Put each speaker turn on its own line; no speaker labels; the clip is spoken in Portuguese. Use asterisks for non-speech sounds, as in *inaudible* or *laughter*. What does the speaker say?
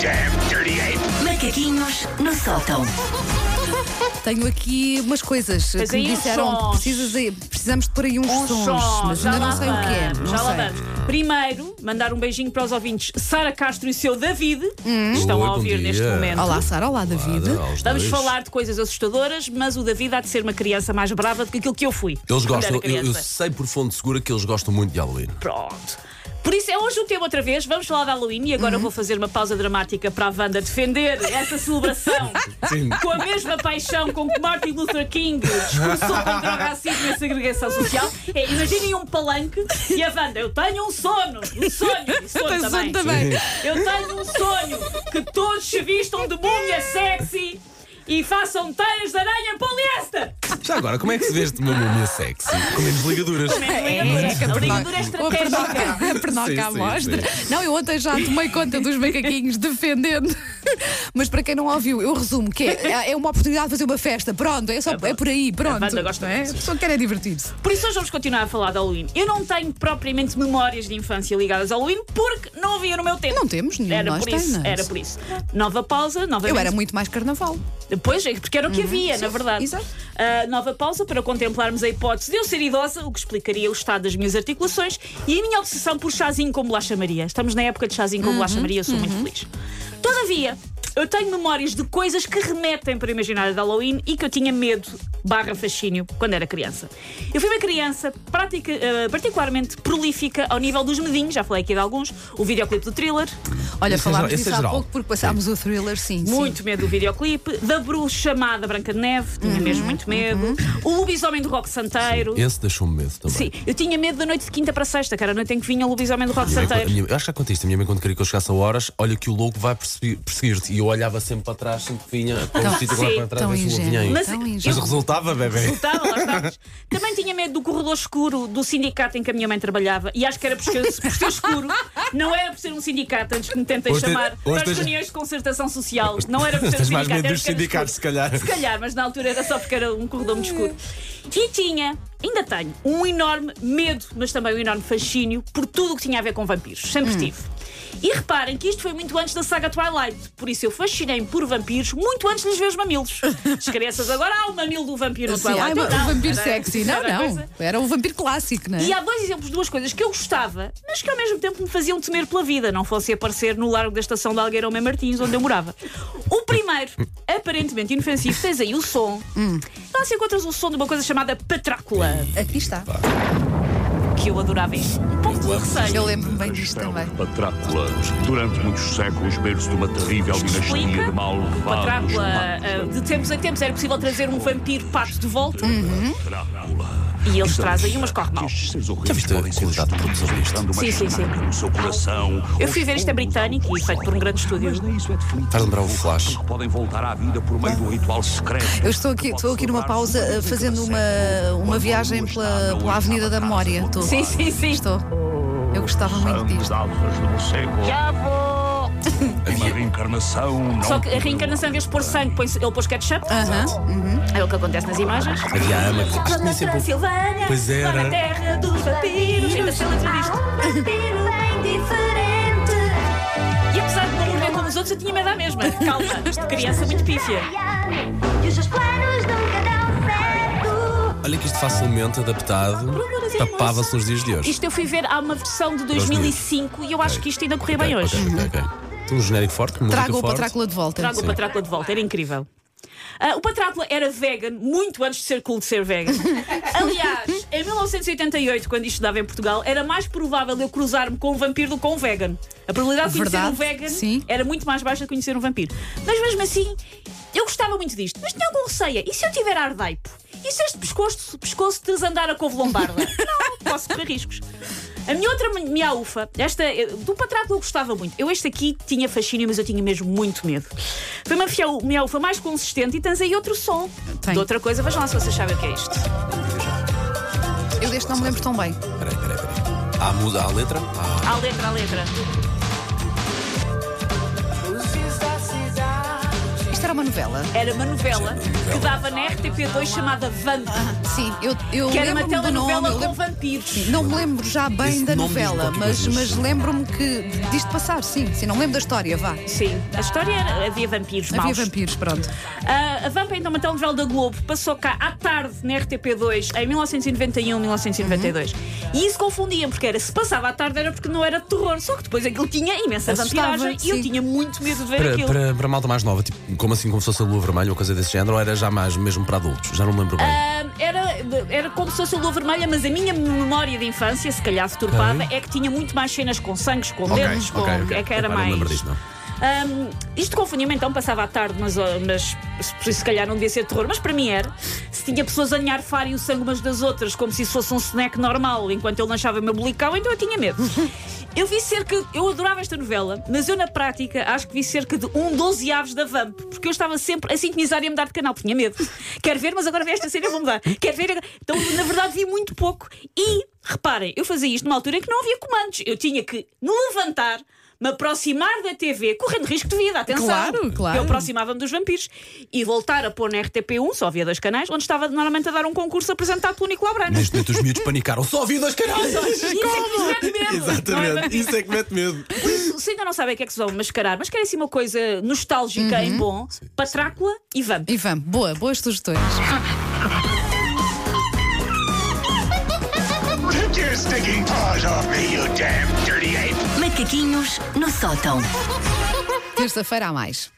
damn dirty ape!
Macaquinhos no sótão.
Tenho aqui umas coisas
Tens
que me
aí uns
disseram que
sons.
precisas aí- precisamos de pôr aí uns,
Uns
sons,
sons,
mas
Um já
ainda
lá
não sei o que é.
vamos,
Não
já lá
sei.
vamos. Primeiro, mandar um beijinho para os ouvintes Sara Castro e seu David,
Hum.
que estão
Oi,
a
é? bom
ouvir
dia.
neste momento.
Olá, Sara, olá, David.
Nada, aos
Vamos
dois.
falar de coisas assustadoras, mas o David há de ser uma criança mais brava do que aquilo que eu fui.
Eles
quando
gostam,
era
eu, eu
criança.
sei por fonte segura que eles gostam muito de Halloween.
Pronto. Por isso é hoje o tema outra vez. Vamos falar de Halloween e
Uhum.
agora eu vou fazer uma pausa dramática para a Wanda defender essa celebração
*laughs*
Sim.
*laughs* com a mesma paixão com que Martin Luther King discursou contra o racismo e a segregação social. É, imaginem um palanque e a Wanda, eu tenho um sono, um sonho, e sono
Tens
também.
um também.
Eu tenho um sonho que todos se vistam de múmia sexy e façam teias de aranha em poliéster.
Já agora, como é que se veste uma múmia sexy? Com menos ligaduras.
que a
A ligadura é
Ou a
estratégica.
pernoca, *laughs* a pernoca
Sim,
à
sim,
mostra. Não, eu ontem já tomei conta dos macaquinhos *laughs* defendendo. Mas para quem não ouviu, eu resumo que é, é uma oportunidade de fazer uma festa. Pronto, é, só, é por aí, pronto.
banda gosta
não é?
disso.
A pessoa quer é divertir-se.
Por isso hoje vamos continuar a falar de Halloween. Eu não tenho propriamente memórias de infância ligadas ao Halloween porque não havia no meu tempo.
Não temos nenhum,
Era
nós
por isso,
temos.
era por isso. Nova pausa, nova
Eu era muito mais carnaval.
Depois, é, porque era o que havia, na verdade.
exato.
Ah, nova pausa para contemplarmos a hipótese de eu ser idosa, o que explicaria o estado das minhas articulações e a minha obsessão por chazinho com bolacha Maria. Estamos na época de chazinho com bolacha Maria, eu sou muito feliz. Todavia, eu tenho memórias de coisas que remetem para o imaginário de Halloween e que eu tinha medo barra fascínio quando era criança. Eu fui uma criança prática- ah, particularmente prolífica ao nível dos medinhos, já falei aqui de alguns, o videoclipe do thriller,
Olha,
Esse é
falámos
geral, esse
disso
é
há
geral.
pouco porque passámos o thriller, sim. sim.
muito medo do videoclipe, da bruxa chamada Branca de Neve, tinha
Uhum.
mesmo muito medo, o lobisomem do Rock Santeiro.
Esse deixou-me medo também.
Sim, eu tinha medo da noite de quinta para sexta, que era a noite em que vinha o lobisomem do Rock
Minha mãe, quando- a
Santeiro.
minha- eu acho que já contei isto. A minha mãe, quando queria que eu chegasse a horas, olha que o louco vai perseguir- perseguir-te. E eu olhava sempre para trás, sempre que vinha, com o sítio agora
sim,
para trás,
tão
ver se o lobo vinha aí.
ingênuo,
Mas
tão
eu-
Mas
ingênuo.
resultava, bebê.
Resultava, Então, lá estávamos. Também tinha medo do corredor escuro do sindicato em que a minha mãe trabalhava. E acho que era por ser, por ser escuro. Não era por ser um sindicato, antes que me tentem
Hoje te-
chamar
hoje
para as
tens-
reuniões de concertação social. Não era por ser um
Tens
sindicato.
mais medo
era
dos
porque era escuro.
sindicatos, se calhar.
Se calhar, mas na altura era só porque era um corredor muito escuro. E tinha, ainda tenho, um enorme medo, mas também um enorme fascínio por tudo o que tinha a ver com vampiros.
Hum.
Sempre tive. E reparem que isto foi muito antes da saga Twilight, por isso eu fascinei-me por vampiros muito antes de lhes ver
*laughs*
os mamilos. As crianças agora, ah, o mamilo do vampiro no
Sim, ai,
Twilight.
o
Não,
vampiro
era-
sexy. Não,
era
não.
coisa-
Era o vampiro clássico, não é?
E há dois exemplos de duas coisas que eu gostava, mas que ao mesmo tempo me faziam temer pela vida, não fosse aparecer no largo da estação de Algueirão Mem Martins, onde eu morava. O primeiro, aparentemente inofensivo, tens aí o som. Lá se encontras o som de uma coisa chamada patrácula,
Aqui está.
que eu adorava. Um pouco de receio.
Eu lembro-me bem disto
Castelo
também.
Patrácula, durante muitos séculos, berço de uma terrível dinastia
Explica.
de malvados.
Patrácula, ah, de tempos em tempos, era possível trazer um vampiro pato de volta
Patrácula.
Uhum. e eles trazem e umas corre mal.
Então, Estes seres horríveis
Já viste
podem
o
ser
contato
destruídos,
com os
dando uma
Sim, sim,
chaga no seu coração.
Eu fui ver isto a britânico e feito por um grande estúdio.
Mas nem isso é definitivo.
Faz lembrar o Flash.
Porque podem voltar à vida por meio de um ritual secreto.
Eu estou aqui, estou aqui numa pausa eh, fazendo uma, uma viagem pela, pela Avenida da Memória. Estou.
Sim, sim, sim.
Estou. Eu gostava muito
Santos
disto.
alvas do século.
Já vou!
Uma reencarnação não
Só que a reencarnação, em vez de pôr sangue, põe- ele pôs ketchup.
Aham.
É o que acontece nas imagens.
Havia a ama que tinha sempre um-
Transilvânia,
Pois era.
lá na terra dos vampiros, ainda se lembra disto. E apesar de não ver como os outros, eu tinha medo à
*laughs*
mesma. Calma, de *laughs* criança é muito pífia.
E os seus planos nunca dão certo.
Olha que isto facilmente adaptado tapava-se nos dias de hoje.
Isto eu fui ver, há uma versão de 2005 e eu acho que isto ainda corria bem
Ok,
hoje.
ok, ok, ok. Tem um genérico forte, uma
Traga
música
o
forte.
patrácula de volta.
Trago o Patrácula de volta, era incrível. Ah, o Patrácula era vegan muito antes de ser cool de ser vegan. Aliás, em 1988, quando isto estudava em Portugal, era mais provável eu cruzar-me com um vampiro do que com um vegan. A probabilidade de conhecer
Verdade,
um vegan
sim.
era muito mais baixa de conhecer um vampiro. Mas mesmo assim, eu gostava muito disto. Mas tinha algum receio. E se eu tiver ardaipo? E se este pescoço, pescoço desandar a couve lombarda?
*laughs*
Não, posso correr riscos. A minha outra mi- miaufa, esta, eh, do patráculo eu gostava muito. Eu este aqui tinha fascínio, mas eu tinha mesmo muito medo. Foi uma fiau- miaufa mais consistente e tens aí outro som.
Tem.
De outra coisa, vejam lá se vocês sabem o que é isto.
Eu deste não me lembro tão bem.
Peraí, peraí, peraí. Há a, mu- há a letra? Há-
À letra, à letra.
Isto era era uma novela?
Era uma novela que dava na RTP2 chamada Vamp,
Sim, eu, eu
que era uma
Ah, lembro-me do nome.
telenovela
eu
com
lembro-
vampiros.
Sim, Não me lembro já bem
Esse
da
nome diz-me
novela,
qualquer
mas,
coisa.
mas lembro-me que disto passar, sim. Sim, não me lembro da história, vá.
Sim, a história era, havia vampiros
Havia
maus.
vampiros, pronto.
Ah, a Vamp é então uma telenovela da Globo, passou cá à tarde na RTP2 em 1991, 1992.
Uhum.
E isso confundia, porque era se passava à tarde era porque não era de terror, só que depois aquilo tinha imensa
Assustava,
vampiragem e eu
sim.
tinha muito medo de ver
Para,
aquilo.
para, para malta mais nova, tipo, como assim, como se fosse a lua vermelha ou coisa desse género, ou era já mais mesmo para adultos? Já não me lembro bem.
Ah, era, era como se fosse a lua vermelha, mas a minha memória de infância, se calhar deturpada, é que tinha muito mais cenas com sangues, com
Ok,
dedos,
ok,
com.
ok.
É que era
Epá, não me
mais.
lembro disto, não.
Ahm, isto confundia-me então, passava à tarde, mas, oh, mas se, se calhar não devia ser terror, mas para mim era. Se tinha pessoas a alinhar faro e o sangue umas das outras, como se isso fosse um snack normal, enquanto eu lanchava o meu bolicão, então eu tinha medo. Eu vi cerca. Eu adorava esta novela, mas eu na prática acho que vi cerca de um 12 aves da Vamp, porque eu estava sempre a sintonizar e a mudar de canal, tinha medo. Quero ver, mas agora vi esta cena, eu vou mudar. Quero ver. agora- Então, na verdade, vi muito pouco. E, reparem, eu fazia isto numa altura em que não havia comandos. Eu tinha que me levantar me aproximar da TV, correndo risco de vida, atenção.
Claro, claro.
Eu aproximava-me dos vampiros e voltar a pôr na RTP1, só havia dois canais, onde estava normalmente a dar um concurso apresentado pelo Nicolau Brana.
Neste momento os miúdos panicaram. Só vi dois canais!
*laughs* Isso é que lhes mete medo. Não é?
Exatamente, isso é que mete medo.
Por isso, se ainda não sabem o que é que se vão mascarar, mas querem assim uma coisa nostálgica
Uhum.
em bom, Patrácula e Vamp.
Ivan, boa, boas sugestões.
Take your stinking paws off me, you damn dirty ape!
Macaquinhos no sótão.
Terça-feira a mais.